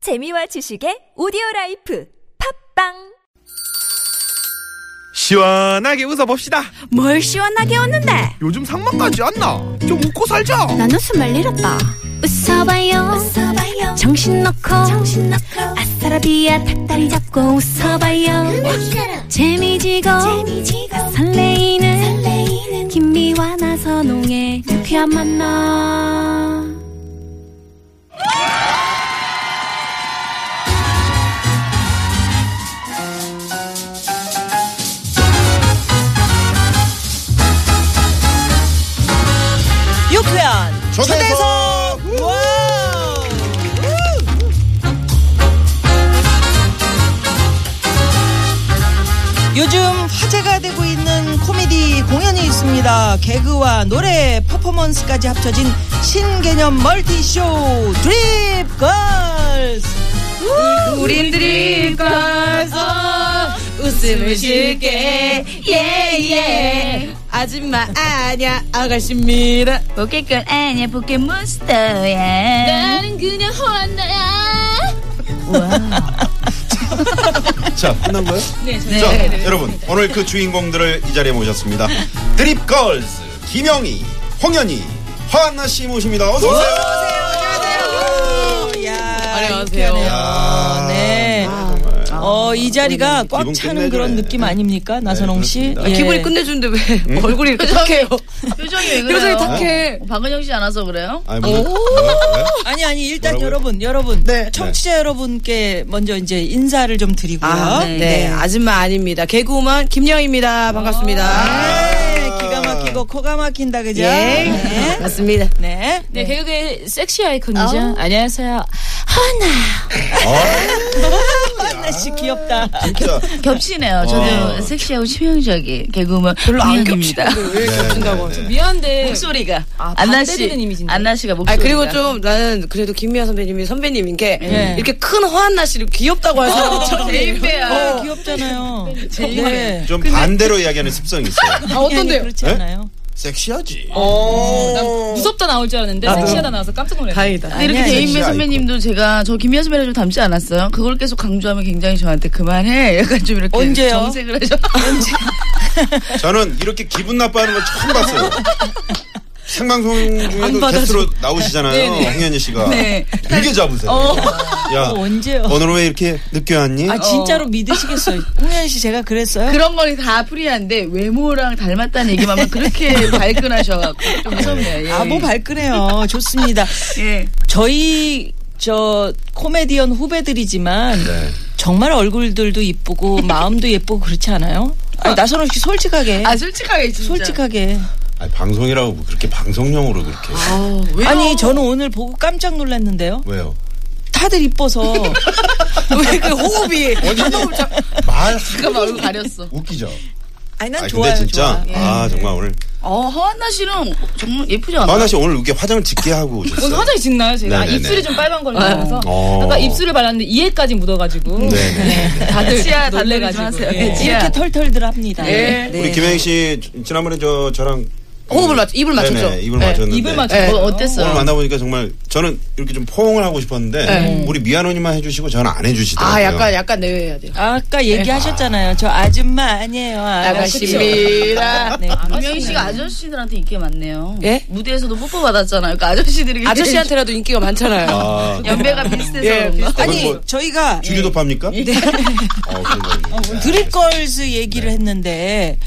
재미와 지식의 오디오 라이프 팝빵 시원하게 웃어봅시다. 뭘 시원하게 웃는데 요즘 상만까지 안 나. 좀 웃고 살자. 난 웃음을 잃었다 웃어봐요, 정신 놓고 아싸라비아 닭다리 잡고 웃어봐요 재미지고, 설레이는, 김미와 나선홍의 유쾌한 만남 유쾌한 초대석 와 요즘 화제가 되고 있는 코미디 공연이 있습니다. 개그와 노래, 퍼포먼스까지 합쳐진 신개념 멀티쇼 드립걸스. 우린 드립걸스 웃음을 줄게 예예 아줌마 아냐 아가씨입니다. 포켓걸 아니야 포켓몬스터야 나는 그냥 호안나야 자, 끝난 거요? 네, 자, 여러분, 오늘 그 주인공들을 이 자리에 모셨습니다. 드립걸즈, 김영희, 홍현희, 화한나 씨 모십니다. 어서오세요! 아, 안녕하세요. 네. 어, 이 자리가 꽉 기분 차는 그런 끝내주네. 느낌 아닙니까? 나선홍 씨. 그렇습니다. 예. 기분이 끝내주는데 왜 얼굴이 이렇게 탁해요? 표정이 왜 그래요? 표정이 어, 탁해. 박은영 씨 안 와서 그래요? 아니, 뭐, 뭐야? 아니, 아니, 일단 뭐라고요? 네. 여러분, 여러분. 청취자 여러분께 먼저 이제 인사를 좀 드리고요. 아, 네. 아줌마 아닙니다. 개그우먼 김영입니다. 아. 반갑습니다. 네, 기가 막히고 코가 막힌다, 그죠? 예. 네. 맞습니다. 네. 어? 네, 개그의 섹시 아이콘이죠. 안녕하세요. 아, 하나 씨 귀엽다. 진짜. 아, 겹치네요. 어, 저도 섹시하고 치명적인 개그우먼 별로 안 아, 겹친다. 네, 왜 이렇게 겹친다고. 미안한데 목소리가 안나 씨 반대되는 이미지인데. 안나 씨가 목소리. 아 그리고 좀 나는 그래도 김미아 선배님이 선배님인 게 네. 예. 이렇게 큰 화한나 씨를 어, 귀엽다고 할 사람이 처음 제일 빼야. 어, 귀엽잖아요. 네. 좀 그- 반대로 이야기하는 습성이 있어요. 아, 어떤데요? 네? 그렇지 않아요? 섹시하지? 어, 무섭다 나올 줄 알았는데 섹시하다 나와서 깜짝 놀랐어요. 다행이다. 근데 이렇게 아니야, 대인배 섹시 선배님도 제가 저 김희아 선배랑 좀 닮지 않았어요? 그걸 계속 강조하면 굉장히 저한테 그만해. 약간 좀 이렇게 언제요? 정색을 하죠. 저는 이렇게 기분 나빠하는 걸 처음 봤어요. 생방송 안 중에도 받아줘. 게스트로 나오시잖아요, 홍현희 씨가. 네. 되게 잡으세요. 야, 어, 언제요? 오늘 왜 이렇게 늦게 왔니? 어. 아, 진짜로 믿으시겠어요? 홍현 씨 제가 그랬어요? 그런 거는 다 프리한데 외모랑 닮았다는 얘기만 하면 네. 그렇게 발끈하셔갖고 좀 무섭네요. 예. 아, 뭐 발끈해요. 좋습니다. 예. 저희 저 코미디언 후배들이지만 네. 정말 얼굴들도 이쁘고 마음도 예쁘고 그렇지 않아요? 아니, 나선호 씨 솔직하게 아 솔직하게 진짜. 솔직하게 아니, 방송이라고 뭐 그렇게 방송용으로 그렇게. 왜요? 아니 저는 오늘 보고 깜짝 놀랐는데요. 왜요? 다들 이뻐서 왜 그 호흡이 말 잠깐만 얼굴 가렸어. 웃기죠. 아니 난 아 좋아요. 근데 진짜 좋아. 예. 아 정말 오늘 어 허한나 씨는 정말 예쁘지 않아? 하나 씨 오늘 이렇게 화장을 짙게 하고 오셨어요. 오늘 화장이 짙나요? 제가 아, 네네네. 입술이 좀 빨간 걸로 나와서 어. 아까 입술을 발랐는데 이에까지 묻어가지고 네. 다들 치아 달래기 좀 놀래가지고 하세요. 예. 예. 이렇게 털털들 합니다. 예. 네. 우리 김혜영 씨 지난번에 저 저랑 어, 호흡을 맞 입을 맞췄죠. 네네, 입을 네. 맞췄는데 입을 맞춰 어, 요 어땠어요? 오늘 만나보니까 정말 저는 이렇게 좀 포옹을 하고 싶었는데 네. 우리 미아노님만 해주시고 저는 안 해주시더라고요. 아 약간 약간 내외해야 돼요. 아까 얘기하셨잖아요. 저 아줌마 아니에요. 아가씨입니다. 네. 김영희 씨가 아저씨들한테 인기가 많네요. 예? 무대에서도 뽀뽀 받았잖아요. 그러니까 아저씨들이 아저씨한테라도 인기가 많잖아요. 아, 연배가 비슷해서 예, 그런가? 아니 뭐- 저희가 주류도 팝니까? 네. 어, 그런 거. 드립걸스 얘기를 했는데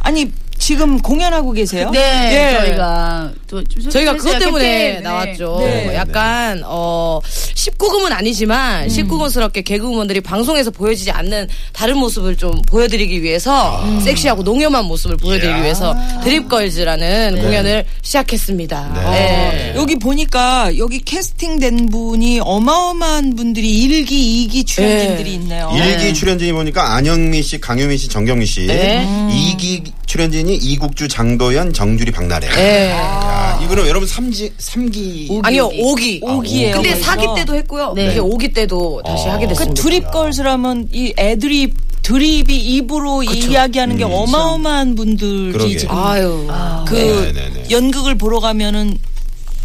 아니 지금 공연하고 계세요? 네, 예. 저희가 또 좀 저희가 솔직히 그것 때문에 네. 나왔죠. 네. 약간 어 19금은 음. 아니지만 19금스럽게 개그우먼들이 방송에서 보여지지 않는 다른 모습을 좀 보여드리기 위해서 아. 섹시하고 농염한 모습을 보여드리기 위해서 드립걸즈라는 공연을 시작했습니다. 네. 어, 네. 여기 보니까 여기 캐스팅된 분이 어마어마한 분들이 일기이기 출연진들이 어. 있네요. 일기 출연진이 보니까 안영미 씨, 강효미 씨, 정경미 씨. 이기 출연진이 이국주, 장도연, 정주리, 박나래. 네. 아, 야, 이분은 여러분 삼지삼기 아니요 5기. 오기예요. 네. 근데 벌써. 4기 때도 했고요. 이게 5기 때도 다시 아. 하게 그 됐습니다. 드립걸스라면 이 애드립 드립이 입으로 이야기하는 게 어마어마한 분들이 음, 아, 그러게. 지금 아유. 그 네, 네, 네. 연극을 보러 가면은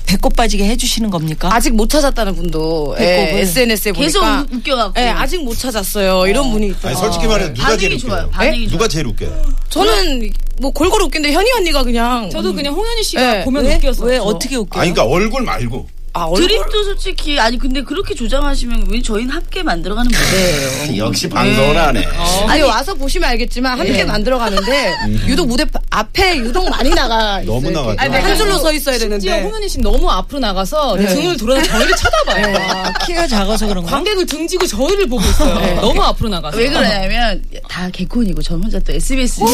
배꼽 빠지게 해주시는 겁니까? 아직 못 찾았다는 분도 네, 배꼽을. 예, SNS에 계속 보니까 웃- 웃겨갖고. 예, 아직 못 찾았어요. 이런 분이 있더라고요. 아니 솔직히 말해 누가 제일 반응이 예? 좋아요. 웃겨요? 반응이 좋아요. 누가 제일 웃겨요? 저는 뭐 골고루 웃긴데 현희 언니가 그냥 저도 그냥 홍현희 씨가 네. 보면 왜? 웃겨서. 왜 어떻게 웃겨? 아니 그러니까 얼굴 말고 아 얼굴 드립도 솔직히 아니 근데 그렇게 조장하시면 왜 저희는 함께 만들어가는 무대예요. 역시 방송을 하네. 어. 아니 와서 보시면 알겠지만 예. 함께 만들어 가는데 유독 무대 앞에 유독 많이 나가 있어요. 너무 나가죠. 이렇게 한 줄로 서 있어야 심지어 되는데 네. 홍현희 씨는 너무 앞으로 나가서 등을 돌아서 저희를 쳐다봐요. 아, 키가 작아서 그런가? 관객을 등지고 저희를 보고 있어요. 네. 너무 앞으로 나가서. 왜 그러냐면 다 개콘이고 전 혼자 또 SBS 어?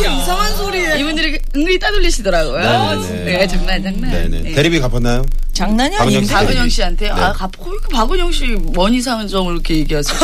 이상한 아, 소리에 이분들이 은근히 따돌리시더라고요. 네네네. 네, 장난 장난. 네네. 네. 대립이 갚았나요? 장난이 박은영 아닌데. 씨. 박은영 씨한테 아, 네. 가, 왜 이렇게 박은영 씨 원희 상점을 이렇게 얘기하세요?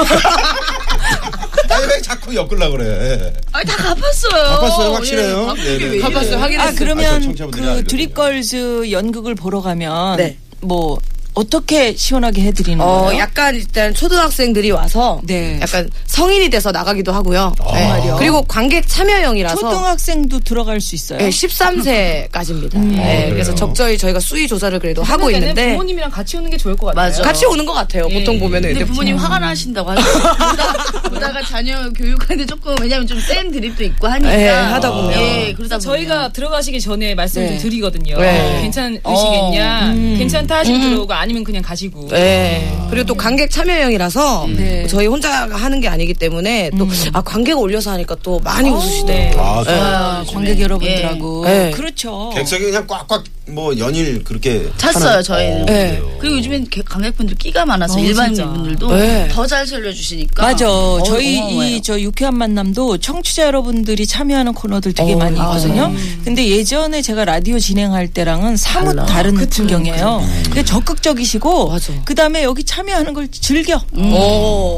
아니 왜 자꾸 엮으려 그래? 아니 다 갚았어요. 갚았어요, 확실해요. 예, 갚은 게 네네. 왜 이래요? 갚았어요, 아, 아, 저 그러면 청취자분들이 그 알거든요. 드립걸즈 연극을 보러 가면 네. 뭐 어떻게 시원하게 해드리는 어 거예요? 약간 일단 초등학생들이 와서 네. 약간 성인이 돼서 나가기도 하고요. 아, 네. 정말요? 그리고 관객 참여형이라서 초등학생도 들어갈 수 있어요. 네, 13세까지입니다. 네, 아, 그래서 그래요? 적절히 저희가 수위 조사를 그래도 하고 그러면은 있는데 네. 부모님이랑 같이 오는 게 좋을 것 같아요. 맞아. 같이 오는 것 같아요. 보통 보면은 근데 이렇게 부모님 화가 나신다고 하죠. 보다, 보다가 자녀 교육하는데 조금 왜냐면 좀 센 드립도 있고 하니까. 예, 하다 보면. 예, 그러다 보면. 저희가 들어가시기 전에 말씀을 네. 좀 드리거든요. 네. 어, 괜찮으시겠냐? 괜찮다 하시면 들어오고 아니면 그냥 가시고. 네. 그리고 또 관객 참여형이라서 저희 혼자 하는 게 아니기 때문에 또 아, 관객 올려서 하니까 또 많이 웃으시대요. 아, 저 아, 관객 여러분들하고 예. 그렇죠. 객석이 그냥 꽉꽉 뭐 연일 그렇게 찼어요, 예. 저희는. 예. 네. 그리고 요즘엔 개- 관객분들 끼가 많아서 일반 진짜. 분들도 네. 더 잘 살려주시니까. 맞아. 어, 저희 고마워요. 이 저 유쾌한 만남도 청취자 여러분들이 참여하는 코너들 어, 되게 많이 아, 있거든요. 네. 근데 예전에 제가 라디오 진행할 때랑은 사뭇 다른 풍경이에요. 근데 적극적이시고 그다음에 여기 참여하는 걸 즐겨. 음.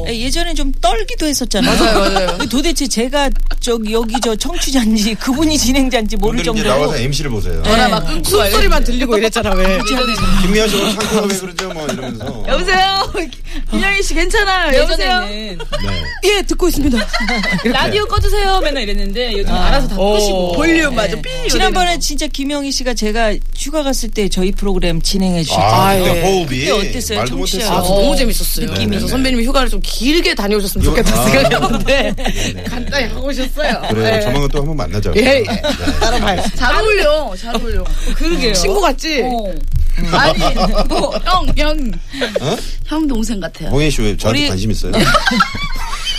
예, 예전에 좀 떨기도 했었잖아요. 근데 도대체 제가 저기 여기 저 청취자인지 그분이 진행자인지 모를 분들이 이제 정도로 나와서 MC를 보세요. 전화 막 끊고 네. 숨소리만 들리고 이랬잖아 왜. 김미아 씨가 창고가 왜 그러죠? 뭐 이러면서. 여보세요? 김영희 씨 괜찮아요? 여보세요? 네. 예전에는 예 듣고 있습니다. 라디오 꺼주세요 맨날 이랬는데 요즘 알아서 다 끄시고 볼륨 맞아. 지난번에 진짜 김영희 씨가 제가 휴가 갔을 때 저희 프로그램 진행해 아, 주셨잖아요. 근데 호흡이 그때 어땠어요, 말도 청취자? 아, 못했어요. 저 너무 재밌었어요. 느낌이. 그래서 선배님이 휴가를 좀 길게 다녀오셨으면 이거- 좋겠다 아. 생각했는데 간단히 하고 오셨어요. 그래요. 네. 조만간 또 한 번 만나자고. 예, 예. 네. 따라봐요. 잘 어울려, 잘 어울려. 그러게요. 친구 같지? 음. 어. 어. 아니, 뭐, 형, 형. 형 동생 같아요. 홍현 씨왜 저한테 우리- 관심 있어요?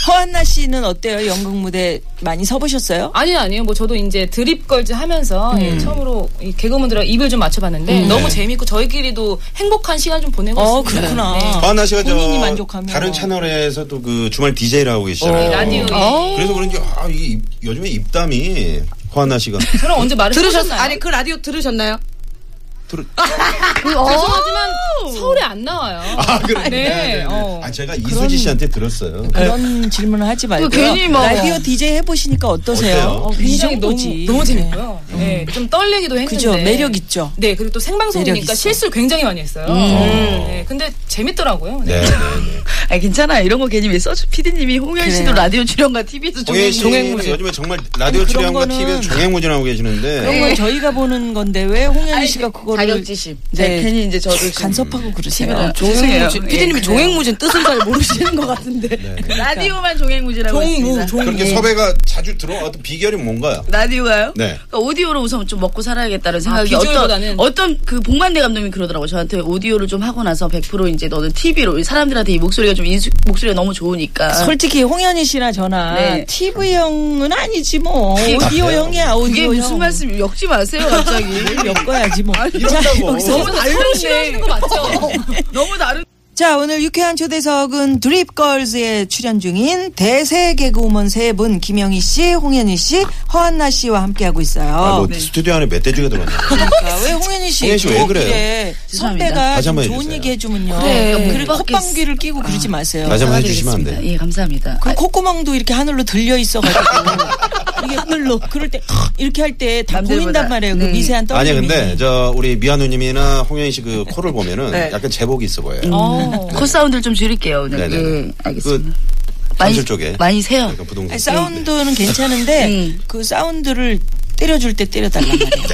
허한나 씨는 어때요? 연극 무대 많이 서보셨어요? 아니요, 아니요. 뭐 저도 이제 드립걸즈 하면서 예, 처음으로 이 개그맨들하고 입을 좀 맞춰봤는데 너무 네. 재밌고 저희끼리도 행복한 시간 좀 보내고 어, 있습니다. 네. 그렇구나. 허한나 씨가 본인이 저 만족하면. 어, 다른 채널에서 또 그 주말 DJ를 하고 계시잖아요. 라디오에. 그래서 그런지 아, 이 입- 요즘에 입담이 허한나 씨가 저랑 언제 말을 들으셨나요? 하셨나요? 아니 그 라디오 들으셨나요? 들어 죄송하지만 아. 서울에 안 나와요. 아, 그래. 네, 어. 아, 제가 이수지 씨한테 들었어요. 그런 질문을 하지 말고요. 괜히 뭐- 라디오 DJ 해보시니까 어떠세요? 어때요? 어, 굉장히 이 너무 정도지. 너무 재밌고요. 네, 좀 떨리기도 했는데. 그죠? 매력 있죠? 네, 그리고 또 매력 있어. 생방송이니까 실수를 굉장히 많이 했어요. 네, 근데 재밌더라고요. 네. 네, 네, 네. 아 괜찮아 이런 거 괜히 왜 써주 피디님이 홍현 씨도 라디오 출연과 TV에서 홍현 씨는 종횡무진 요즘에 정말 라디오 아니, 그런 출연과 거는- TV에서 종횡무진하고 계시는데 그런 건 저희가 보는 건데 왜 홍현희 씨가 그거를 자격지심 네. 네. 괜히 이제 저도 지금 간섭하고 그러세요? 죄송해요 종횡무진 피디님이 종횡무진 뜻을 잘 모르시는 것 같은데. 예. 라디오만 종횡무진이라고 했습니다 종무, 종무. 그렇게 섭외가 자주 들어왔던 비결이 뭔가요? 라디오가요? 네. 그러니까 오디오로 우선 좀 먹고 살아야겠다는 생각이 비주얼보다는. 어떤 어떤 그 복만대 감독님 그러더라고 요 저한테 오디오를 좀 하고 나서 100% 이제 너는 TV로 사람들한테 이 목소리가 좀 인수, 목소리가 너무 좋으니까 솔직히 홍현희 씨나 저나 네. TV형은 아니지 뭐. 그게- 오디오형이야, 오디오형. 이게 무슨 말씀 엮지 마세요 갑자기 엮어야지 뭐. 자, 이런다고. 여기서 너무 다 서로 싫어하시는 거 맞죠? 너무 다른 자, 오늘 유쾌한 초대석은 드립걸즈에 출연 중인 대세 개그우먼 세 분, 김영희 씨, 홍현희 씨, 허한나 씨와 함께하고 있어요. 아, 뭐 스튜디오 안에 멧돼지가 들어왔네. 그러니까 왜 홍현희 씨? 홍현희 씨왜 또 그래요? 이렇게 죄송합니다. 선배가 다시 좀 한번 좋은 해주세요. 얘기 해주면요. 그래, 그리고 못 받겠어. 콧방귀를 끼고 그러지 마세요. 다시 한번 해주시면 안 사과드리겠습니다 돼요. 예 감사합니다 그 콧구멍도 이렇게 하늘로 들려 있어가지고 이게 하늘로 그럴 때 이렇게 할 때 다 남들보다. 보인단 말이에요. 그 미세한 떨림. 아니 근데 저 우리 미아누님이나 홍현 씨 그 코를 보면은 약간 제복이 있어 보여요. 어. 콧 사운드를 좀 줄일게요 오늘 네네네. 예 알겠습니다 그 많이 전실 쪽에 많이 세요 약간 부동산 네. 사운드는 괜찮은데 음. 그 사운드를 때려줄 때 때려달란 말이에요.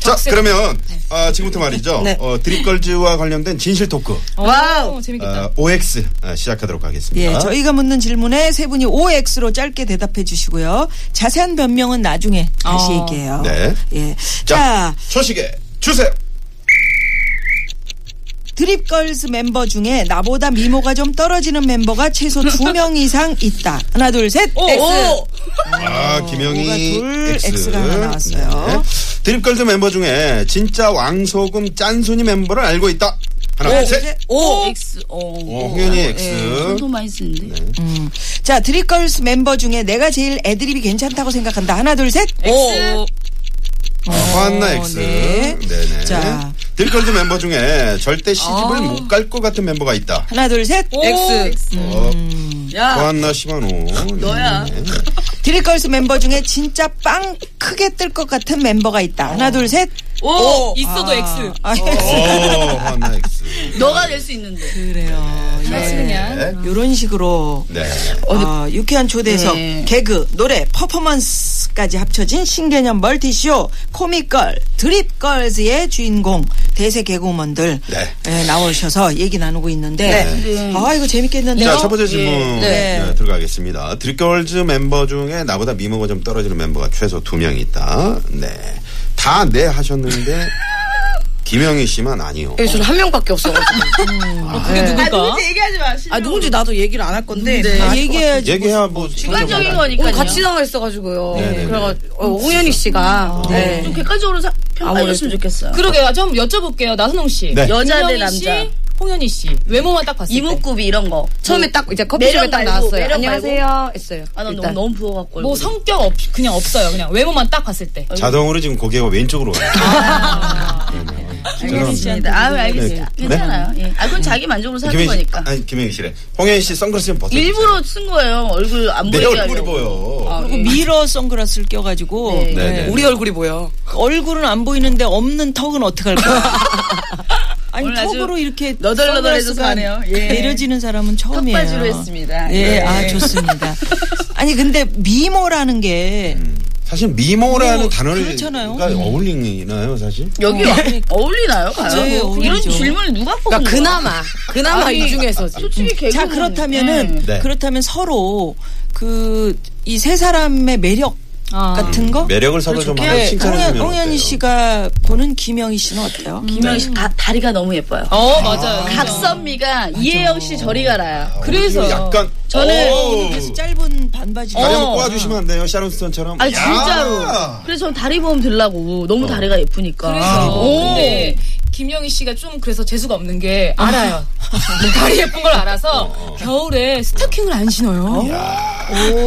자, 격세. 그러면 아, 지금부터 말이죠. 네. 어, 드립걸즈와 관련된 진실 토크 와우. 재밌겠다. 어, OX 아, 시작하도록 하겠습니다. 예, 저희가 묻는 질문에 세 분이 OX로 짧게 대답해 주시고요. 자세한 변명은 나중에 다시 어. 얘기해요. 네. 예. 자, 자, 초식에 주세요. 드립걸스 멤버 중에 나보다 미모가 좀 떨어지는 멤버가 최소 두 명 이상 있다. 하나, 둘, 셋. X. 아, 김영희 뭐가 둘, X. 네, X가 하나 나왔어요. 드립걸즈 멤버 중에 진짜 왕소금 짠순이 멤버를 알고 있다. 하나, 둘, 셋. 셋. 어, 오. X. 오. 예, 오, 홍현이 네. X. 손도 아, 많이 쓰는데. 자, 드립걸스 멤버 중에 내가 제일 애드립이 괜찮다고 생각한다. 하나, 둘, 셋. X. 아, 화한나 X. 네. 네네. 자. 드립걸즈 멤버 중에 절대 시집을 못 갈 것 같은 멤버가 있다. 하나, 둘, 셋. X. 어, 야. 고한나 시마노. 너야. 네. 드립걸스 멤버 중에 진짜 빵 크게 뜰 것 같은 멤버가 있다. 하나, 둘, 셋. 오. 있어도 X. 아, 오, 고한나 어, X. 너가 될 수 있는데. 그래요. X 그냥. 네. 요런 식으로 네. 아, 유쾌한 초대석 네. 개그 노래 퍼포먼스까지 합쳐진 신개념 멀티쇼 코믹걸 드립걸즈의 주인공 대세 개그우먼들 네. 예, 나오셔서 얘기 나누고 있는데 아 이거 재밌겠는데요? 자, 첫 번째 질문 네. 네, 들어가겠습니다. 드립걸즈 멤버 중에 나보다 미모가 좀 떨어지는 멤버가 최소 두 명이 있다. 네. 다 네 하셨는데, 김영희 씨만 아니요. 여기 예, 저는 한 명밖에 없어가지고. 예. 그게 누굴까? 얘기하지 마. 아, 누군지 나도 얘기를 안 할 건데. 아, 얘기해야지 얘기해야 뭐. 객관적인 오늘 어, 거니까요. 같이 나와 있어가지고요. 네네네. 그래가지고, 어, 홍현희 씨가. 네. 좀 객관적으로 사- 평가해줬으면 좋겠어요. 그러게요. 아, 좀 여쭤볼게요. 나선홍 씨. 네. 여자 대 김영희 씨, 남자. 홍현희 씨. 외모만 딱 봤을 때. 이목구비 이런 거. 처음에 딱, 이제 커피숍에 매력 딱 말고, 나왔어요. 매력 안녕하세요. 했어요. 아, 나 너무, 일단. 너무 부어갖고. 뭐 얼굴이. 성격 없 그냥 없어요. 그냥 외모만 딱 봤을 때. 자동으로 지금 고개가 왼쪽으로 가요. 알겠습니다. 아, 알겠습니다. 네. 괜찮아요. 예. 아, 그건 자기 만족으로 사는 김영희 씨. 거니까. 아니, 김영희 씨래. 홍현희 씨 선글라스 좀 벗어. 일부러 쓴 거예요. 얼굴 안 내 보이게 얼굴이 하려고. 보여. 그리고 미러 선글라스를 껴가지고 네. 네네. 우리 얼굴이 보여. 얼굴은 안 보이는데 없는 턱은 어떡할까? 아니 오늘 아주 턱으로 이렇게 너덜너덜해서 선글라스가 가네요. 예. 내려지는 사람은 처음이에요. 턱받이로 했습니다. 예, 아 좋습니다. 아니 근데 미모라는 게 사실 미모라는 미모, 단어를 그렇잖아요. 그러니까 어울리나요, 사실? 여기 와- 어울리나요? 과연? 예, 아, 뭐, 이런 어울리죠. 질문을 누가 뽑은 그러니까 거야? 그나마. 그나마 이 중에서지. 솔직히 개그 자 그렇다면은 음. 네. 그렇다면 서로 그 이 세 사람의 매력 아. 같은 거 매력을 서로 좀 하나 칭찬해주면 어? 홍현, 홍현희 씨가 보는 김영희 씨는 어때요? 김영희 씨 가- 다리가 너무 예뻐요. 어 맞아요. 각선미가 이혜영 씨 저리 아, 가라요. 그래서 약간 저는 어우. 그래서 짧은 반바지 어, 다리 한번 꼬아주시면 안 돼요? 샤론 스톤처럼. 아 야! 어. 진짜로. 그래서 저는 다리 보험 들라고 너무 다리가 예쁘니까. 그래서 오. 근데 네. 김영희 씨가 좀 그래서 재수가 없는 게 알아요. 다리 예쁜 걸 알아서 어. 겨울에 스타킹을 안 신어요.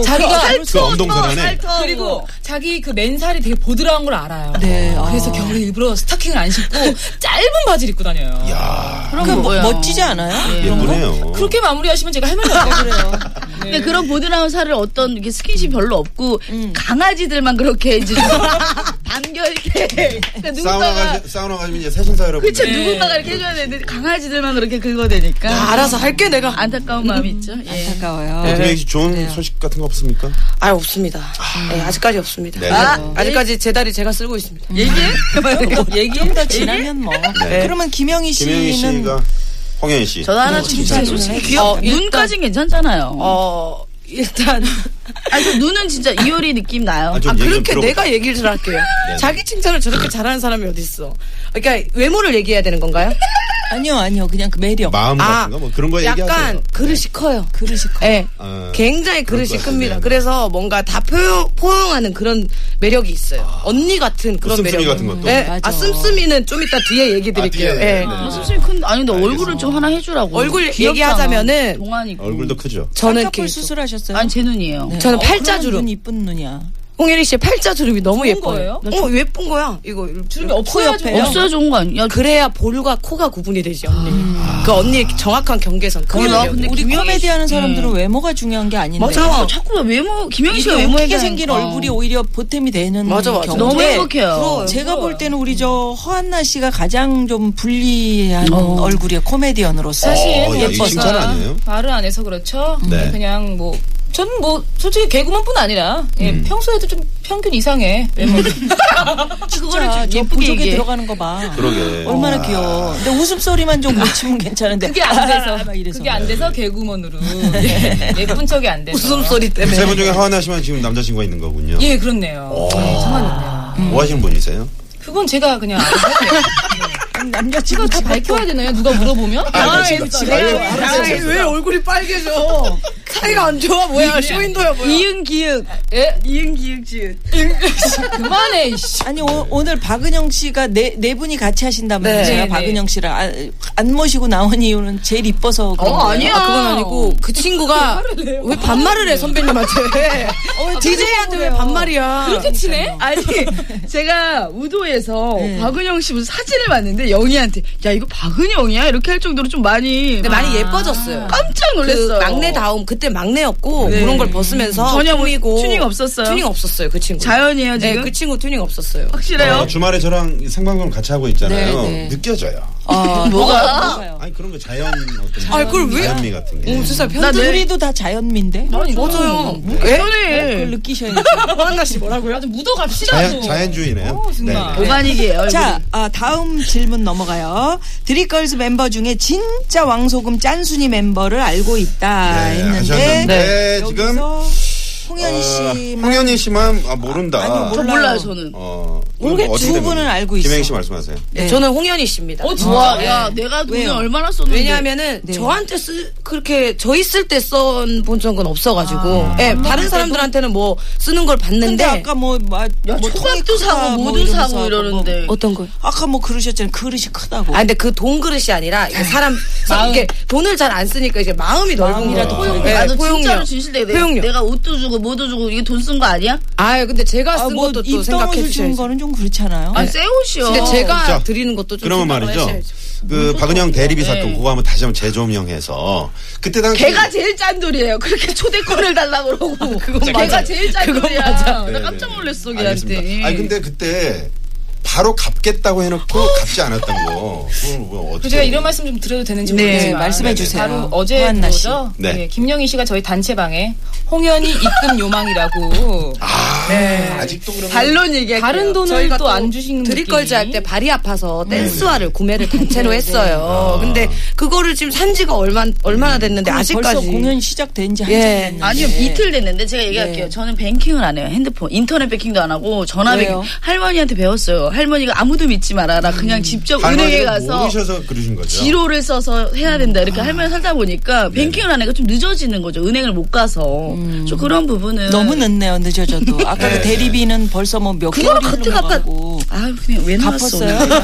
자기가 그 어, 엉덩선안에 그리고 자기 그 맨살이 되게 보드라운 걸 알아요. 네, 아. 그래서 겨울에 일부러 스타킹을 안 신고 짧은 바지를 입고 다녀요. 그런 그 거 뭐, 뭐예요? 멋지지 않아요? 예쁘네요. 그렇게 마무리하시면 제가 할 말이 없어요. 그래요. 근데 그런 보드라운 살을 어떤 이게 스킨십 별로 없고 강아지들만 그렇게 이제 좀 반겨 이렇게 그러니까 사우나 누군가가 가시, 사우나 가시면 이제 새신사 여러분. 그쵸 누군가가 이렇게 해줘야 되는데 강아지들만 그렇게 긁어 대니까 알아서 할게, 내가. 안타까운 마음이 있죠. 예. 안타까워요. 어떻게 좋은 소식 같은 거 없습니까? 아, 없습니다. 네, 아직까지 없습니다. 네. 아, 네. 아직까지 제 다리 제가 쓰고 있습니다. 얘기해? 뭐 얘기 좀 더 지나면 뭐. 그러면 김영희 김영희 씨는 씨가 홍현희 씨. 저도 하나 진짜 솔직히 귀엽다. 눈까진 괜찮잖아요. 어, 일단. 아니 저 눈은 진짜 이효리 느낌 나요. 아, 좀 아, 얘기 좀 그렇게 들어볼까요? 내가 얘기를 할게요. 네. 자기 칭찬을 저렇게 잘하는 사람이 어딨어. 그러니까 외모를 얘기해야 되는 건가요? 아니요 아니요 그냥 그 매력 마음 아, 같은 거 뭐 그런 거 얘기하세요. 네. 약간 그릇이 커요. 그릇이 커. 예. 네. 아, 네. 굉장히 그릇이 그럴 것 큽니다. 같은데. 그래서 뭔가 다 포용, 포용하는 그런 매력이 있어요. 언니 같은 그런 아. 뭐 씀씀이 매력. 같은 것도. 네. 맞아. 아, 씀씀이는 좀 이따 뒤에 얘기 드릴게요. 뒤에, 예. 네. 아, 숨이 큰데 아니 근데 얼굴을 좀 하나 해주라고. 얼굴 귀엽잖아. 얘기하자면은 동안이고. 얼굴도 크죠. 저는 이렇게 쌍꺼풀 좀- 수술하셨어요? 아니 제 네. 눈이에요. 저는 어, 그런 팔자주름. 눈 이쁜 눈이야. 홍예리 씨의 팔자주름이 너무 좋은 예뻐요. 거예요? 어, 예쁜 거야. 이거 주름이 없어야 옆에요? 좋아요. 없어야 좋은 거 아니야? 네. 그래야 볼과 코가 구분이 되지 언니. 아. 그 언니의 정확한 경계선. 그 매력. 우리 코미디 하는 사람들은 외모가 중요한 게 아닌데. 맞아. 자꾸 왜 외모 김영희 씨가 이게 어. 외모 웃기게 얘기하니까. 생긴 어. 얼굴이 오히려 보탬이 되는 맞아, 맞아. 경우인데 너무 행복해요. 부러워요. 제가 볼 때는 우리 저 허한나 씨가 가장 좀 불리한 얼굴이에요 코미디언으로서 사실 어, 야, 이거 예뻐서 칭찬 아니에요? 말을 안 해서 그렇죠. 네. 그냥 뭐 저는 뭐 솔직히 개그맨뿐 아니라 예, 음. 평소에도 좀 평균 이상해. 외모는. 그거를 자, 좀 저 예쁘게 부족에 얘기해. 들어가는 거 봐. 그러게. 얼마나 귀여워. 근데 웃음소리만 좀 묻히면 괜찮은데. 그게 안 돼서 아, 막 이래서. 그게 안 네. 돼서 개그맨으로 예, 예쁜 척이 안 네. 돼서. 웃음소리 그 때문에. 세 분 중에 하나 씨만 지금 남자친구가 있는 거군요. 어. 예 그렇네요. 예, 정말 있네요. 음. 뭐 하시는 분이세요? 그건 제가 그냥 안 할게요. 남자친구 이거 다 밝혀야 되나요? 누가 아, 물어보면? 아, 알겠습니다. 알겠습니다. 왜 얼굴이 빨개져? 사이가 안 좋아 뭐야? 쇼인도야 뭐야? 예? 이응 기응. 그만해. 이씨. 아니 오, 늘 박은영 씨가 네 네 분이 같이 하신다면 네. 제가 네, 박은영 씨를 아- 안 모시고 나온 이유는 제일 이뻐서 어, 그런 거예요. 아, 그건 아니고 그 친구가 왜 반말을 아, 해 선배님한테? 어, 어, DJ한테 왜 반말이야? 그렇게 치네? 아니 제가 우도에서 박은영 씨 무슨 사진을 봤는데 영희한테 야 이거 박은영이야 이렇게 할 정도로 좀 많이 근데 많이 예뻐졌어요. 깜짝 놀랐어요. 막내 다움 아. 그때 막내였고 그런 걸 벗으면서 전혀 뭐 튜닝이고 튜닝 없었어요? 튜닝 없었어요 그 친구. 자연이에요 네, 지금 그 친구 튜닝 없었어요. 확실해요. 어, 주말에 저랑 생방송 같이 하고 있잖아요. 네, 느껴져요. 어. 뭐가 어. 아니 그런 거 자연 어떤 아, 그걸 왜? 자연미 같은 게. 어, 진짜 나 내- 우리도 다 자연미인데. 뭐? 맞아요. 네, 그러니까. 그걸 소리 느끼셔야 돼. 아주 묻어갑시다. 자연, 좀. 자연주의네요. 어, 정말. 네, 네. 오가닉이에요. 자, 아, 다음 질문 넘어가요. 드립걸스 멤버 중에 진짜 왕소금 짠순이 멤버를 알고 아, 있다 네, 했는데 하셨는데 지금 여기서 홍현희 어, 씨만 홍현희 씨만 아, 모른다. 아니, 저 몰라요. 몰라요 저는. 어, 모르겠- 어떻게 두 된 분은 겁니까? 알고 있어. 김혜경 씨 말씀하세요. 네, 저는 홍현희 씨입니다. 어 진짜. 와, 야, 내가 돈을 왜요? 얼마나 썼는데. 왜냐하면은 저한테 쓰 그렇게 저 있을 때 쓴 본 적은 없어가지고, 예 다른 사람들한테는 뭐 쓰는 걸 근데 봤는데 아까 뭐, 뭐, 야, 뭐 초밥도 통이 크다, 사고, 뭐 뭐도 이러면서 사고 이러는데. 어떤 걸? 뭐, 아까 뭐 그러셨잖아요. 그릇이 크다고. 아 근데 그 돈 그릇이 아니라 이게 사람 사- 이게 돈을 잘 안 쓰니까 이제 마음이 넓은 예, 거라 포용력. 네, 아, 너 진짜로 진실되게 내가, 내가 옷도 주고 뭐도 주고 이게 돈 쓴 거 아니야? 아유 근데 제가 쓴 아, 뭐 것도 또 입던 생각해 옷을 주는 주셔야지. 거는 좀 그렇잖아요. 아, 새 옷이요. 근데 제가 자, 드리는 것도 좀 그러면 생각을 말이죠. 하셔야죠. 그 박은영 대리비 사건 그거 한번 다시 한번 재조명해서 그때 당시 걔가 제일 짠돌이에요. 그렇게 초대권을 달라고 그러고. 걔가 제일 짠돌이야. 네, 나 깜짝 놀랐어, 걔한테. 네, 예. 알겠습니다. 아니 근데 그때 바로 갚겠다고 해놓고 갚지 않았던 거. 그걸 뭐 그 어떻게? 제가 이런 말씀 좀 드려도 되는지 네, 모르겠지만 말씀해 네네. 주세요. 바로 어제 호한나 씨. 뭐죠? 네. 네. 김영희 씨가 저희 단체방에 홍현이 입금 요망이라고 네. 아직도 그런 반론 얘기할게요. 다른 돈을 저희가 또 안 주시는 드릴걸즈 느낌이. 할 때 발이 아파서 음. 댄스화를 구매를 네, 단체로 아. 했어요. 근데 그거를 지금 산 지가 얼마 얼마나 됐는데 아직까지 벌써 공연 시작된 지 한참 예. 됐는데. 아니요 이틀 됐는데 제가 얘기할게요. 저는 뱅킹을 안 해요. 핸드폰 인터넷 뱅킹도 안 하고 전화 뱅킹 왜요? 할머니한테 배웠어요. 할머니가 아무도 믿지 말아라. 그냥 직접 은행에 할머니를 가서 모르셔서 그러신 거죠. 지로를 써서 해야 된다 이렇게 아. 할머니 살다 보니까 네. 뱅킹을 안 해가 좀 늦어지는 거죠. 은행을 못 가서 음. 좀 그런 부분은 너무 늦네요, 늦어져도. 아까 그 대리비는 벌써 뭐몇 개월 그거랑 같은 흘러 값같 가고. 아 그냥 왜 나왔어? 갚았어요?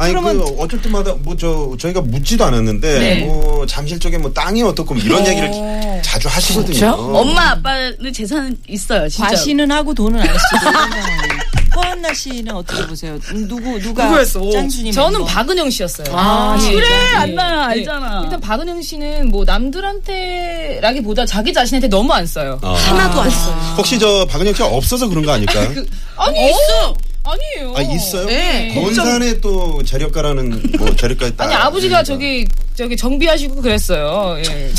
아니 그 어쩔 때마다 뭐 저 저희가 묻지도 않았는데 뭐 잠실 쪽에 뭐 땅이 어떻고 뭐 이런 얘기를 기- 자주 하시거든요. 엄마 아빠는 재산 있어요 진짜. 과시는 하고 돈은 안 쓰고. 호한나 씨는 어떻게 보세요? 누구 누가 누구였어? 짠순이 저는 멤버? 박은영 씨였어요. 아, 예, 그래 예. 안나 예. 알잖아. 일단 박은영 씨는 뭐 남들한테라기보다 자기 자신한테 너무 안 써요. 어. 하나도 안 써요. 혹시 저 박은영 씨가 없어서 그런 거 아닐까요? 아니 있어. 아니에요. 네. 아 있어요? 네. 논산에 또 재력가라는 뭐 그러니까. 재력가에 따 아니 아버지가 저기 저기 정비하시고 그랬어요. 예.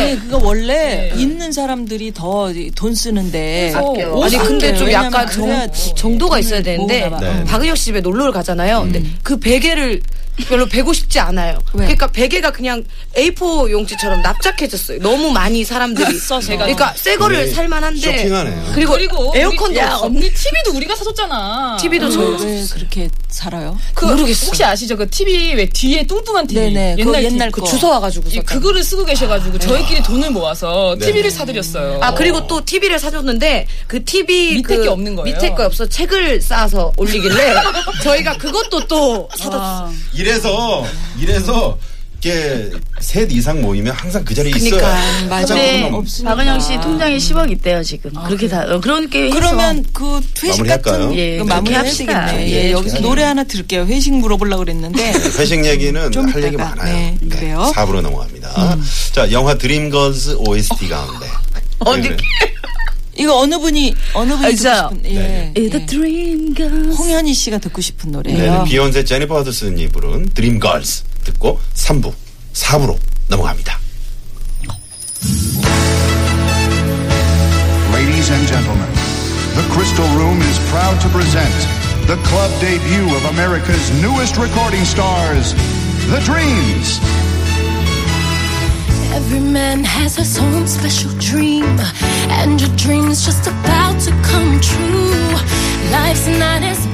아니 그거 원래 있는 사람들이 더 돈 쓰는데 네. 아껴요. 어, 아니 근데 좀 약간 정, 그래야 정도가 있어야 되는데 모으나 봐. 네. 박은혁 씨 집에 놀러를 가잖아요. 근데 그 베개를 별로 베고 싶지 않아요. 그러니까 베개가 그냥 A4 용지처럼 납작해졌어요. 너무 많이 사람들이 써서. 그러니까 새 거를 네. 살 만한데 쇼킹하네요. 그리고, 에어컨도 우리, 야, 없어. 언니 TV도 우리가 사줬잖아. TV도 저희 왜 그렇게 살아요? 그, 모르겠어. 혹시 아시죠? 그 TV 왜 뒤에 뚱뚱한 TV. 네네, 그거 옛날 TV. 거. 주워 와가지고 이- 썼다. 그거를 쓰고 계셔가지고 저희끼리 돈을 모아서 네. TV를 사드렸어요. 네. 아 그리고 또 TV를 사줬는데 그 TV 밑에 그 게 없는 거예요. 밑에 거 없어 책을 쌓아서 올리길래 저희가 그것도 또 사다. 이래서 이래서 이게 셋 이상 모이면 항상 그 자리에 그러니까, 맞아요. 있어요. 가장 근데 없는 네. 박은영 씨 통장에 10억 있대요 지금. 그렇게 다 어, 그런 게 그러면 그 회식 마무리할까요? 같은 예, 거 그렇게 마무리해야 합시다. 되겠네. 예, 예, 여기서 좋아요. 노래 하나 들을게요. 회식 물어보려고 그랬는데 회식 얘기는 좀 할 얘기 이따가. 많아요. 네, 그래요? 음. 4부로 넘어갑니다. 자, 영화 드림걸스 OST 가운데. 네, 어디 이거 어느 분이 어느 분이 듣고 진짜. 싶은 예, It's 예. a dream girl. 홍현희 씨가 듣고 싶은 네, 노래예요. 비욘세 제니퍼 하드슨이 부른 드림걸스 듣고 3부, 4부로 넘어갑니다. the club debut of America's newest recording stars, The Dreams. Every man has his own special dream, and your dream is just about to come true. Life's not as